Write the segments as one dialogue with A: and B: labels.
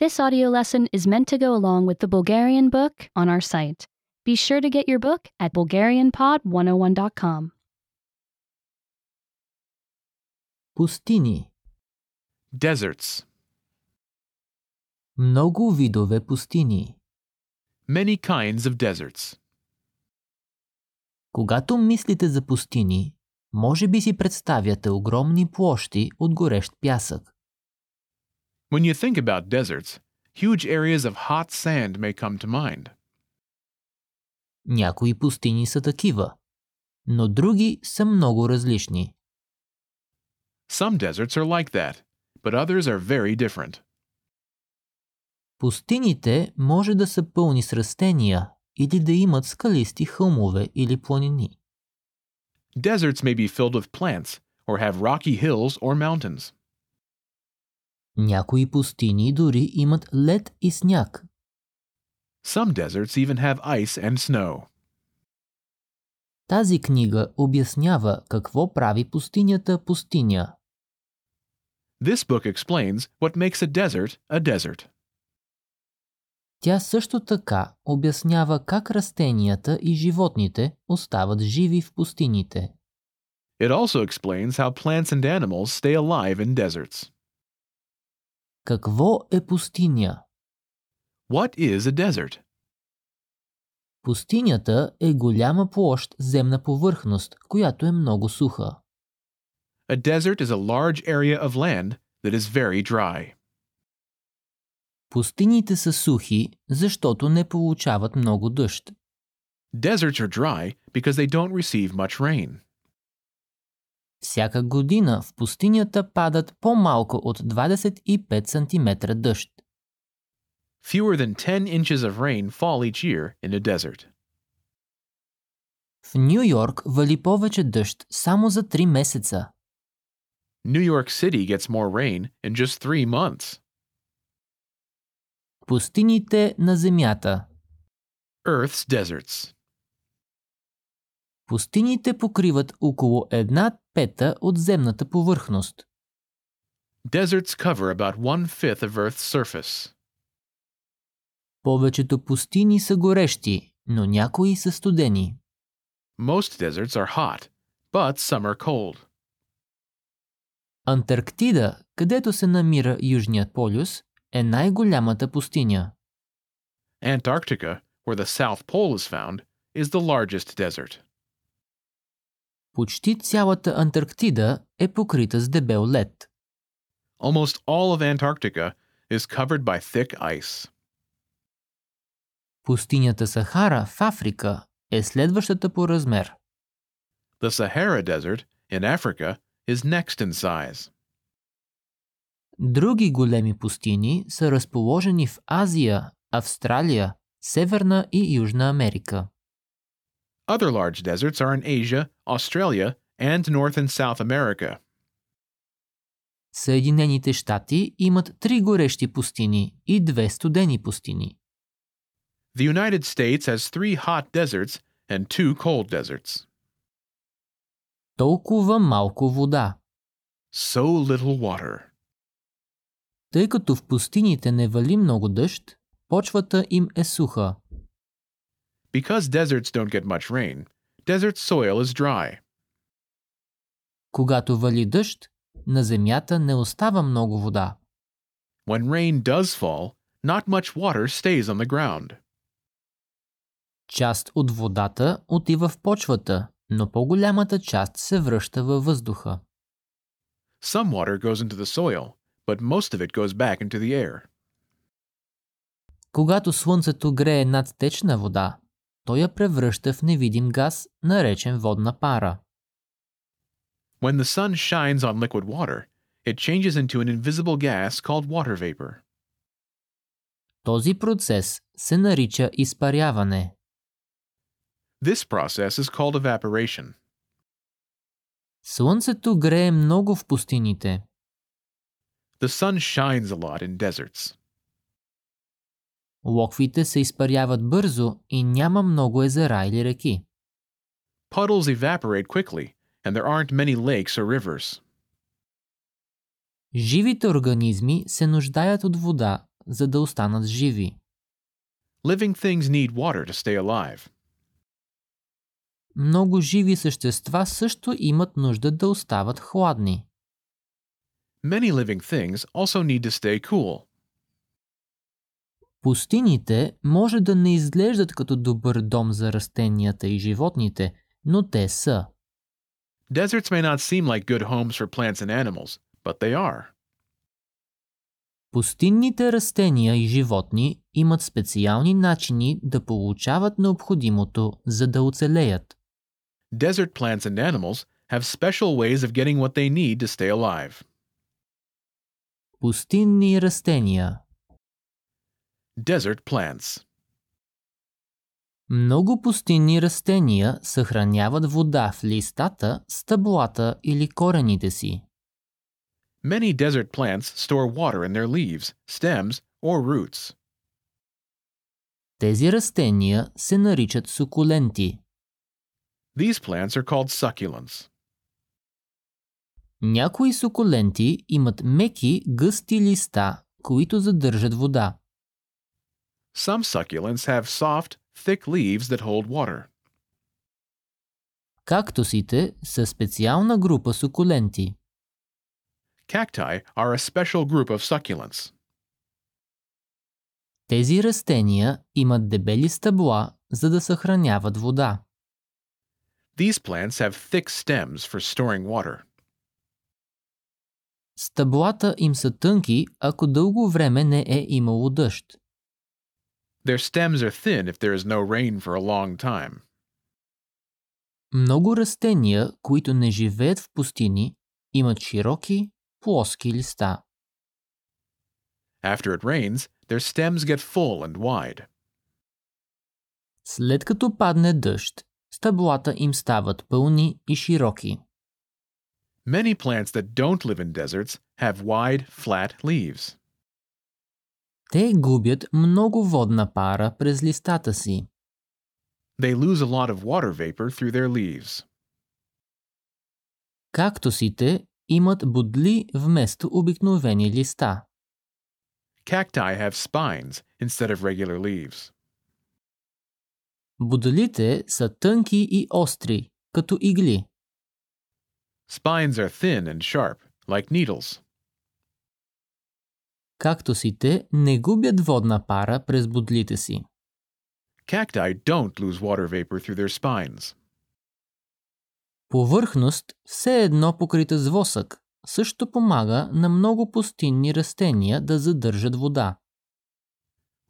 A: This audio lesson is meant to go along with the Bulgarian book on our site. Be sure to get your book at BulgarianPod101.com.
B: Пустини.
C: Deserts.
B: Много видове пустини.
C: Many kinds of deserts.
B: Когато мислите за пустини, може би си представяте огромни площи от горещ пясък.
C: When you think about deserts, huge areas of hot sand may come to mind.
B: Някои пустини са такива, но други са много различни.
C: Some deserts are like that, but others are very different.
B: Пустините може да са пълни с растения или да имат скалисти хълмове или планини.
C: Deserts may be filled with plants or have rocky hills or mountains.
B: Някои пустини дори имат лед и сняг.
C: Some deserts even have ice and snow.
B: Тази книга обяснява какво прави пустинята пустиня.
C: This book explains what makes a desert a desert.
B: Тя също така обяснява как растенията и животните остават живи в пустините.
C: It also explains how plants and animals stay alive in deserts.
B: Какво е пустиня?
C: What is a desert?
B: Пустинята е голяма площ земна повърхност, която е много суха.
C: A desert is a large area of land that is very dry.
B: Пустините са сухи, защото не получават много дъжд.
C: Deserts are dry because they don't receive much rain.
B: Всяка година в пустинята падат по-малко от 25 см дъжд.
C: Fewer than 10 inches of rain fall each year in a desert.
B: В Нью Йорк вали повече дъжд само за 3 месеца.
C: New York City gets more rain in just three months.
B: Пустините на земята.
C: Earth's deserts.
B: Пустините покриват около една пета от земната повърхност.
C: Deserts cover about one fifth of Earth's surface.
B: Повечето пустини са горещи, но някои са студени.
C: Most deserts are hot, but some are cold.
B: Антарктида, където се намира Южният полюс, е най-голямата пустиня.
C: Antarctica, where the South Pole is found, is the largest desert.
B: Почти цялата Антарктида е покрита с дебел лед.
C: Almost all of Antarctica is covered by thick ice.
B: Пустинята Сахара в Африка е следващата по размер.
C: The Sahara Desert in Africa is next in size.
B: Други големи пустини са разположени в Азия, Австралия, Северна и Южна Америка.
C: Other large deserts are in Asia, Australia, and North and South America.
B: Съединените щати имат три горещи пустини и две студени пустини.
C: The United States has three hot deserts and two cold deserts.
B: Толкова малко вода.
C: So little water.
B: Тъй като в пустините не вали много дъжд, почвата им е суха.
C: Because deserts don't get much rain, desert soil is dry.
B: Когато вали дъжд, на земята не остава много вода.
C: When rain does fall, not much water stays on the ground.
B: Част от водата отива в почвата, но по-голямата част се връща във въздуха.
C: Some water goes into the soil, but most of it goes back into the air.
B: Когато слънцето грее над течна вода, то я превръща в невидим газ, наречен водна пара.
C: When the sun shines on liquid water, it changes into an invisible gas called water vapor.
B: Този процес се нарича изпаряване.
C: This process is called evaporation.
B: Слънцето грее много в пустините.
C: The sun shines a lot in deserts.
B: Локвите се изпаряват бързо и няма много езера или реки.
C: Puddles evaporate quickly, and there aren't many lakes or rivers.
B: Живите организми се нуждаят от вода, за да останат живи.
C: Living things need water to stay alive.
B: Много живи същества също имат нужда да остават хладни.
C: Many living things also need to stay cool.
B: Пустините може да не изглеждат като добър дом за растенията и животните, но те са.
C: Deserts may not seem like good homes for plants and animals, but they are.
B: Пустинните растения и животни имат специални начини да получават необходимото, за да оцелеят.
C: Desert plants and animals have special ways of getting what they need to stay alive.
B: Пустинни растения
C: Desert plants.
B: Много пустинни растения съхраняват вода в листата, стъблата или корените си.
C: Many desert plants store water in their leaves, stems, or roots.
B: Тези растения се наричат сукуленти.
C: These plants are called succulents.
B: Някои сукуленти имат меки, гъсти листа, които задържат вода.
C: Some succulents have soft, thick leaves that hold water.
B: Кактусите са специална група сукуленти.
C: Cacti are a special group of succulents.
B: Тези растения имат дебели стъбла, за да съхраняват вода.
C: These plants have thick stems for storing water.
B: Стъблата им са тънки, ако дълго време не е имало дъжд.
C: Their stems are thin if there is no rain for a long time.
B: Много растения, които не живеят в пустини, имат широки, плоски листа.
C: After it rains, their stems get full and wide.
B: След като падне дъжд, стъблата им стават пълни и широки.
C: Many plants that don't live in deserts have wide, flat leaves.
B: Те губят много водна пара през листата си.
C: They lose a lot of water vapor through their leaves.
B: Кактусите имат бодли вместо обикновени листа.
C: Cacti have spines instead of regular leaves.
B: Бодлите са тънки и остри, като игли.
C: Spines are thin and sharp, like needles.
B: Кактусите не губят водна пара през бодлите си.
C: Cacti don't lose water vapor through their spines.
B: Повърхност все едно покрита с восък също помага на много пустинни растения да задържат вода.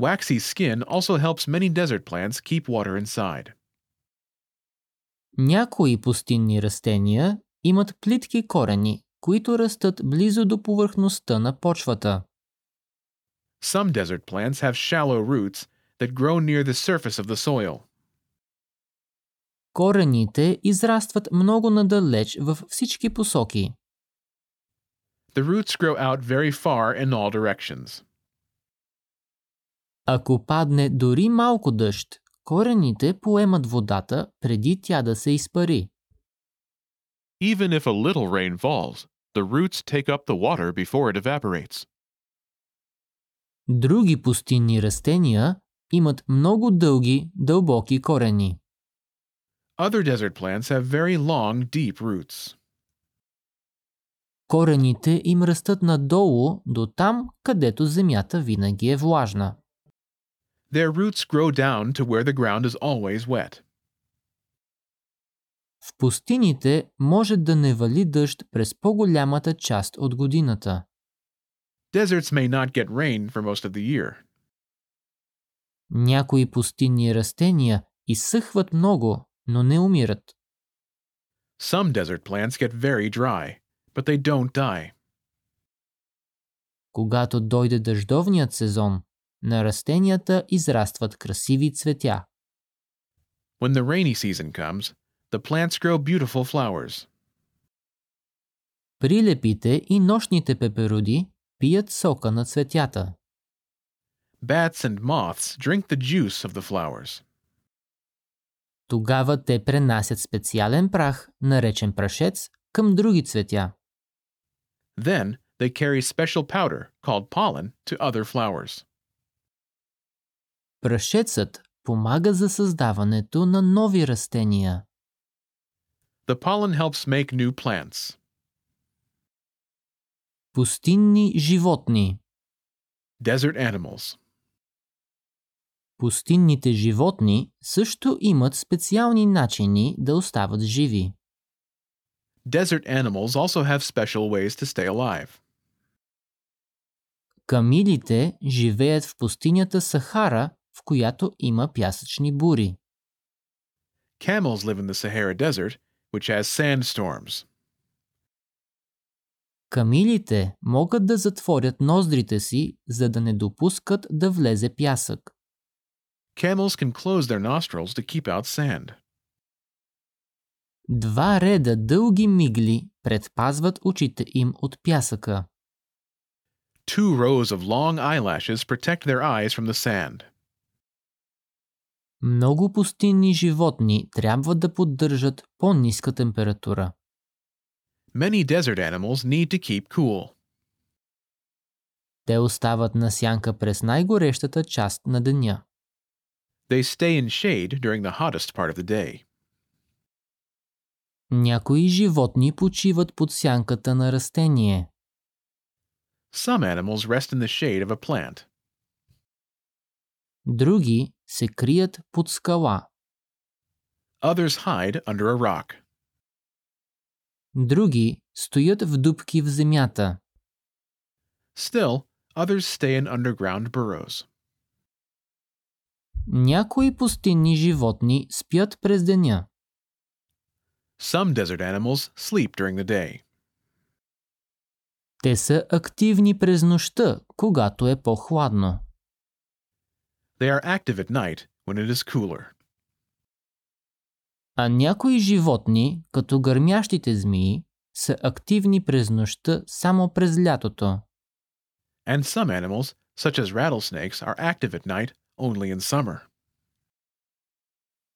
C: Waxy skin also helps many desert plants keep water inside.
B: Някои пустинни растения имат плитки корени, които растат близо до повърхността на почвата.
C: Some desert plants have shallow roots that grow near the surface of the soil.
B: Корените израстват много надалеч във всички посоки.
C: The roots grow out very far in all directions.
B: Ако падне дори малко дъжд, корените поемат водата преди тя да се изпари.
C: Even if a little rain falls, the roots take up the water before it evaporates.
B: Други пустинни растения имат много дълги, дълбоки корени.
C: Other desert plants have very long, deep roots.
B: Корените им растат надолу до там, където земята винаги е влажна.
C: Their roots grow down to where the ground is always wet.
B: В пустините може да не вали дъжд през по-голямата част от годината.
C: Deserts may not get rain for most of the year.
B: Някои пустинни растения изсъхват много, но не умират.
C: Some desert plants get very dry, but they don't die.
B: Когато дойде дъждовният сезон, на растенията израстват красиви цветя.
C: When the rainy season comes, the plants grow beautiful flowers.
B: Прилепите и нощните пеперуди пият сока на цветята.
C: Bats and moths drink the juice of the flowers.
B: Тогава те пренасят специален прах, наречен прашец, към други цветя.
C: Then they carry special powder called pollen to other flowers.
B: Прашецът помага за създаването на нови растения.
C: The pollen helps make new plants.
B: Пустинни животни.
C: Desert animals.
B: Пустинните животни също имат специални начини да остават живи.
C: Desert animals also have special ways to stay alive.
B: Камилите живеят в пустинята Сахара, в която има пясъчни бури.
C: Camels live in the Sahara Desert, which has sandstorms.
B: Камилите могат да затворят ноздрите си, за да не допускат да влезе пясък.
C: Camels can close their nostrils to keep out sand.
B: Два реда дълги мигли предпазват очите им от пясъка.
C: Two rows of long eyelashes protect their eyes from the sand.
B: Много пустинни животни трябва да поддържат по-ниска температура.
C: Many desert animals need to keep cool.
B: Те остават на сянка през най-горещата част на деня.
C: They stay in shade during the hottest part of the day.
B: Някои животни почиват под сянката на растение.
C: Some animals rest in the shade of a plant.
B: Други се крият под скала.
C: Others hide under a rock.
B: Други стоят в дупки в земята.
C: Still, others stay in underground burrows.
B: Някои пустинни животни спят през деня.
C: Some desert animals sleep during the day.
B: Те са активни през нощта, когато е по-хладно.
C: They are active at night when it is cooler.
B: А някои животни, като гърмящите змии, са активни през нощта само през лятото.
C: And some animals, such as rattlesnakes, are active at night only in summer.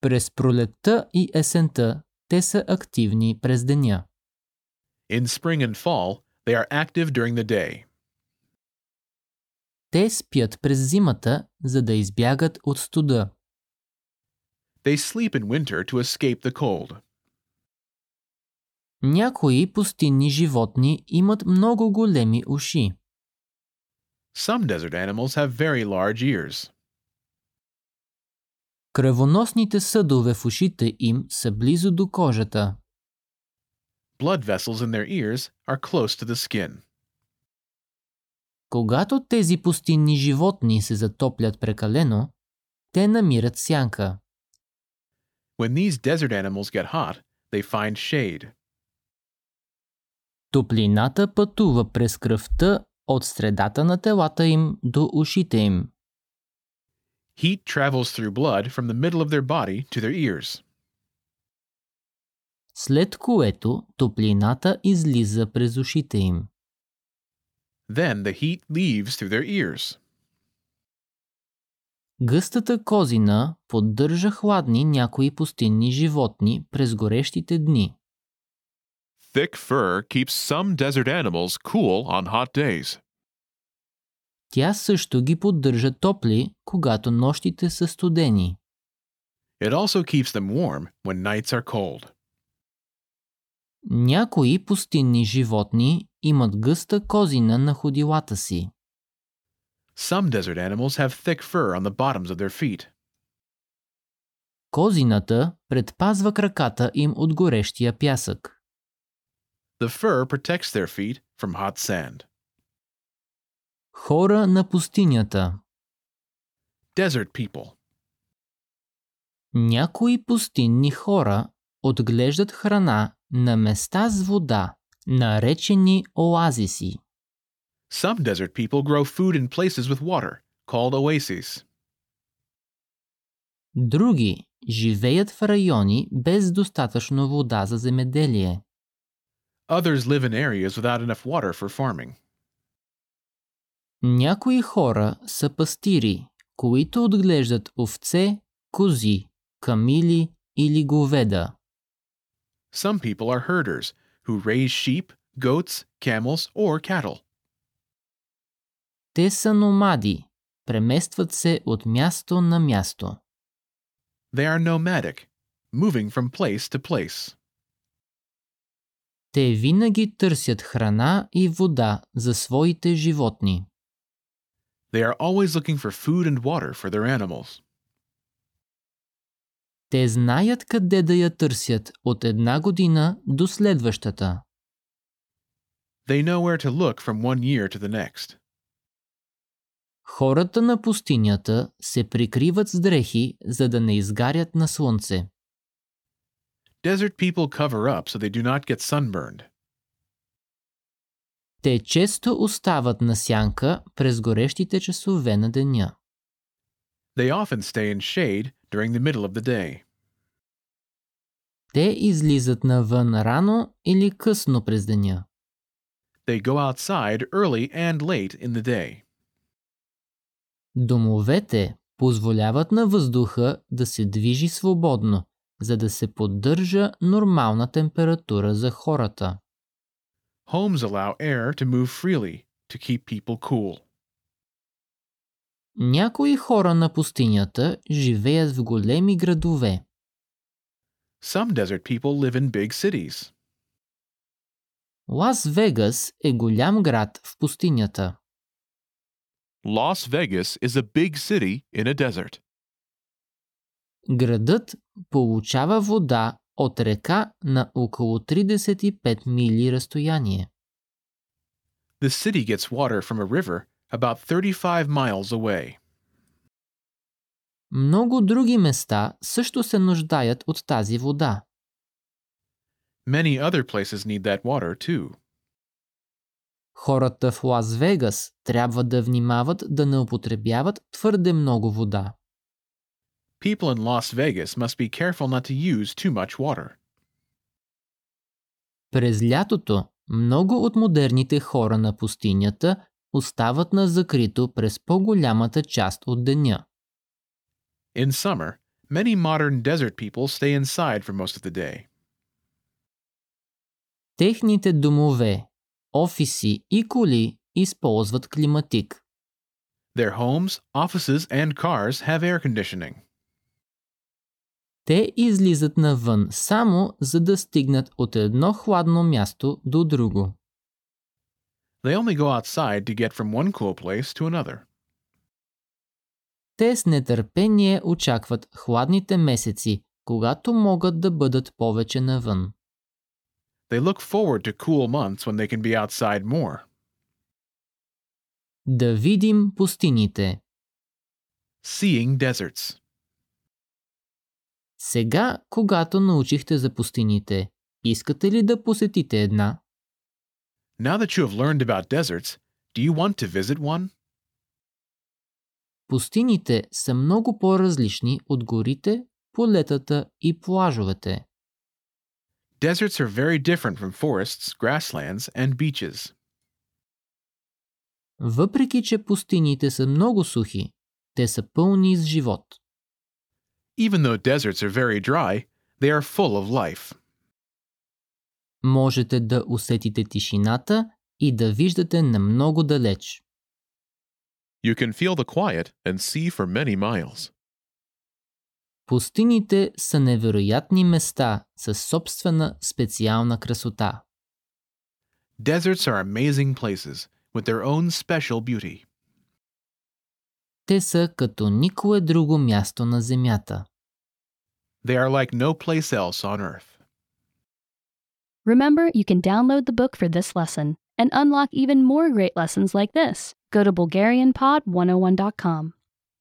B: През пролетта и есента те са активни през деня.
C: In spring and fall, they are active during the day.
B: Те спят през зимата, за да избягат от студа.
C: They sleep in winter to escape the cold.
B: Някои пустинни животни имат много големи уши.
C: Some desert animals have very large ears.
B: Кръвоносните съдове в ушите им са близо до кожата.
C: Blood vessels in their ears are close to the skin.
B: Когато тези пустинни животни се затоплят прекалено, те намират сянка.
C: When these desert animals get hot, they find shade.
B: Топлината пътува през кръвта от средата на телата им до ушите им.
C: Heat travels through blood from the middle of their body to their ears.
B: след което топлината излиза през ушите им.
C: Then the heat leaves through their ears.
B: Гъстата козина поддържа хладни някои пустинни животни през горещите дни.
C: Thick fur keeps some desert animals cool on hot days.
B: Тя също ги поддържа топли, когато нощите са студени.
C: It also keeps them warm when nights are cold.
B: Някои пустинни животни имат гъста козина на ходилата си.
C: Some desert animals have thick fur on the bottoms of their feet.
B: Козината предпазва краката им от горещия пясък.
C: The fur protects their feet from hot sand.
B: Хора на пустинята
C: Desert people.
B: Някои пустинни хора отглеждат храна на места с вода, наречени оазиси.
C: Some desert people grow food in places with water, called oases.
B: Други живеят в райони без достатъчно вода за земеделие.
C: Others live in areas without enough water for farming.
B: Някои хора са пастири, които отглеждат овце, кози, камили или говеда.
C: Some people are herders who raise sheep, goats, camels, or cattle.
B: Те са номади. Преместват се от място на място.
C: They are nomadic, moving from place to place.
B: Те винаги търсят храна и вода за своите животни.
C: They are always looking for food and water for their animals.
B: Те знаят къде да я търсят от една година до следващата.
C: They know where to look from one year to the next.
B: Хората на пустинята се прикриват с дрехи, за да не изгарят на слънце.
C: Desert people cover up so they do not get sunburned.
B: Те често остават на сянка през горещите часове на деня.
C: They often stay in shade during the middle of the day.
B: Те излизат навън рано или късно през деня.
C: They go outside early and late in the day.
B: Домовете позволяват на въздуха да се движи свободно, за да се поддържа нормална температура за хората.
C: Homes allow air to move freely to keep people cool.
B: Някои хора на пустинята живеят в големи градове.
C: Some desert people live in big cities.
B: Лас Вегас е голям град в пустинята.
C: Las Vegas is a big city in a desert.
B: Градът получава вода от река на около 35 мили разстояние.
C: The city gets water from a river about 35 miles away.
B: Много други места също се нуждаят от тази вода.
C: Many other places need that water too.
B: Хората в Лас Вегас трябва да внимават да не употребяват твърде много вода.
C: People in Las Vegas must be careful not to use too much water.
B: През лятото много от модерните хора на пустинята остават на закрито през по-голямата част от деня.
C: In summer, many modern desert people stay inside for most of the day.
B: Техните домове, офиси и коли използват климатик.
C: Their homes, offices, and cars have air conditioning.
B: Те излизат навън само за да стигнат от едно хладно място до друго.
C: They only go outside to get from one cool place to another.
B: Те с нетърпение очакват хладните месеци, когато могат да бъдат повече навън.
C: They look forward to cool months when they can be outside more.
B: Да видим пустините.
C: Seeing deserts.
B: Сега, когато научихте за пустините, искате ли да посетите една?
C: Now that you have learned about deserts, do you want to visit one?
B: Пустините са много по-различни от горите, полетата и плажовете.
C: Deserts are very different from forests, grasslands, and beaches.
B: Въпреки, че пустините са много сухи, те са пълни с живот.
C: Even though deserts are very dry, they are full of life.
B: Можете да усетите тишината и да виждате на много далеч.
C: You can feel the quiet and see for many miles.
B: Пустините са невероятни места със собствена специална красота.
C: Deserts are amazing places with their own special beauty.
B: Те са като никое друго място на земята.
C: They are like no place else on earth.
A: Remember, you can download the book for this oh lesson and unlock even more great lessons like this. Go to BulgarianPod101.com.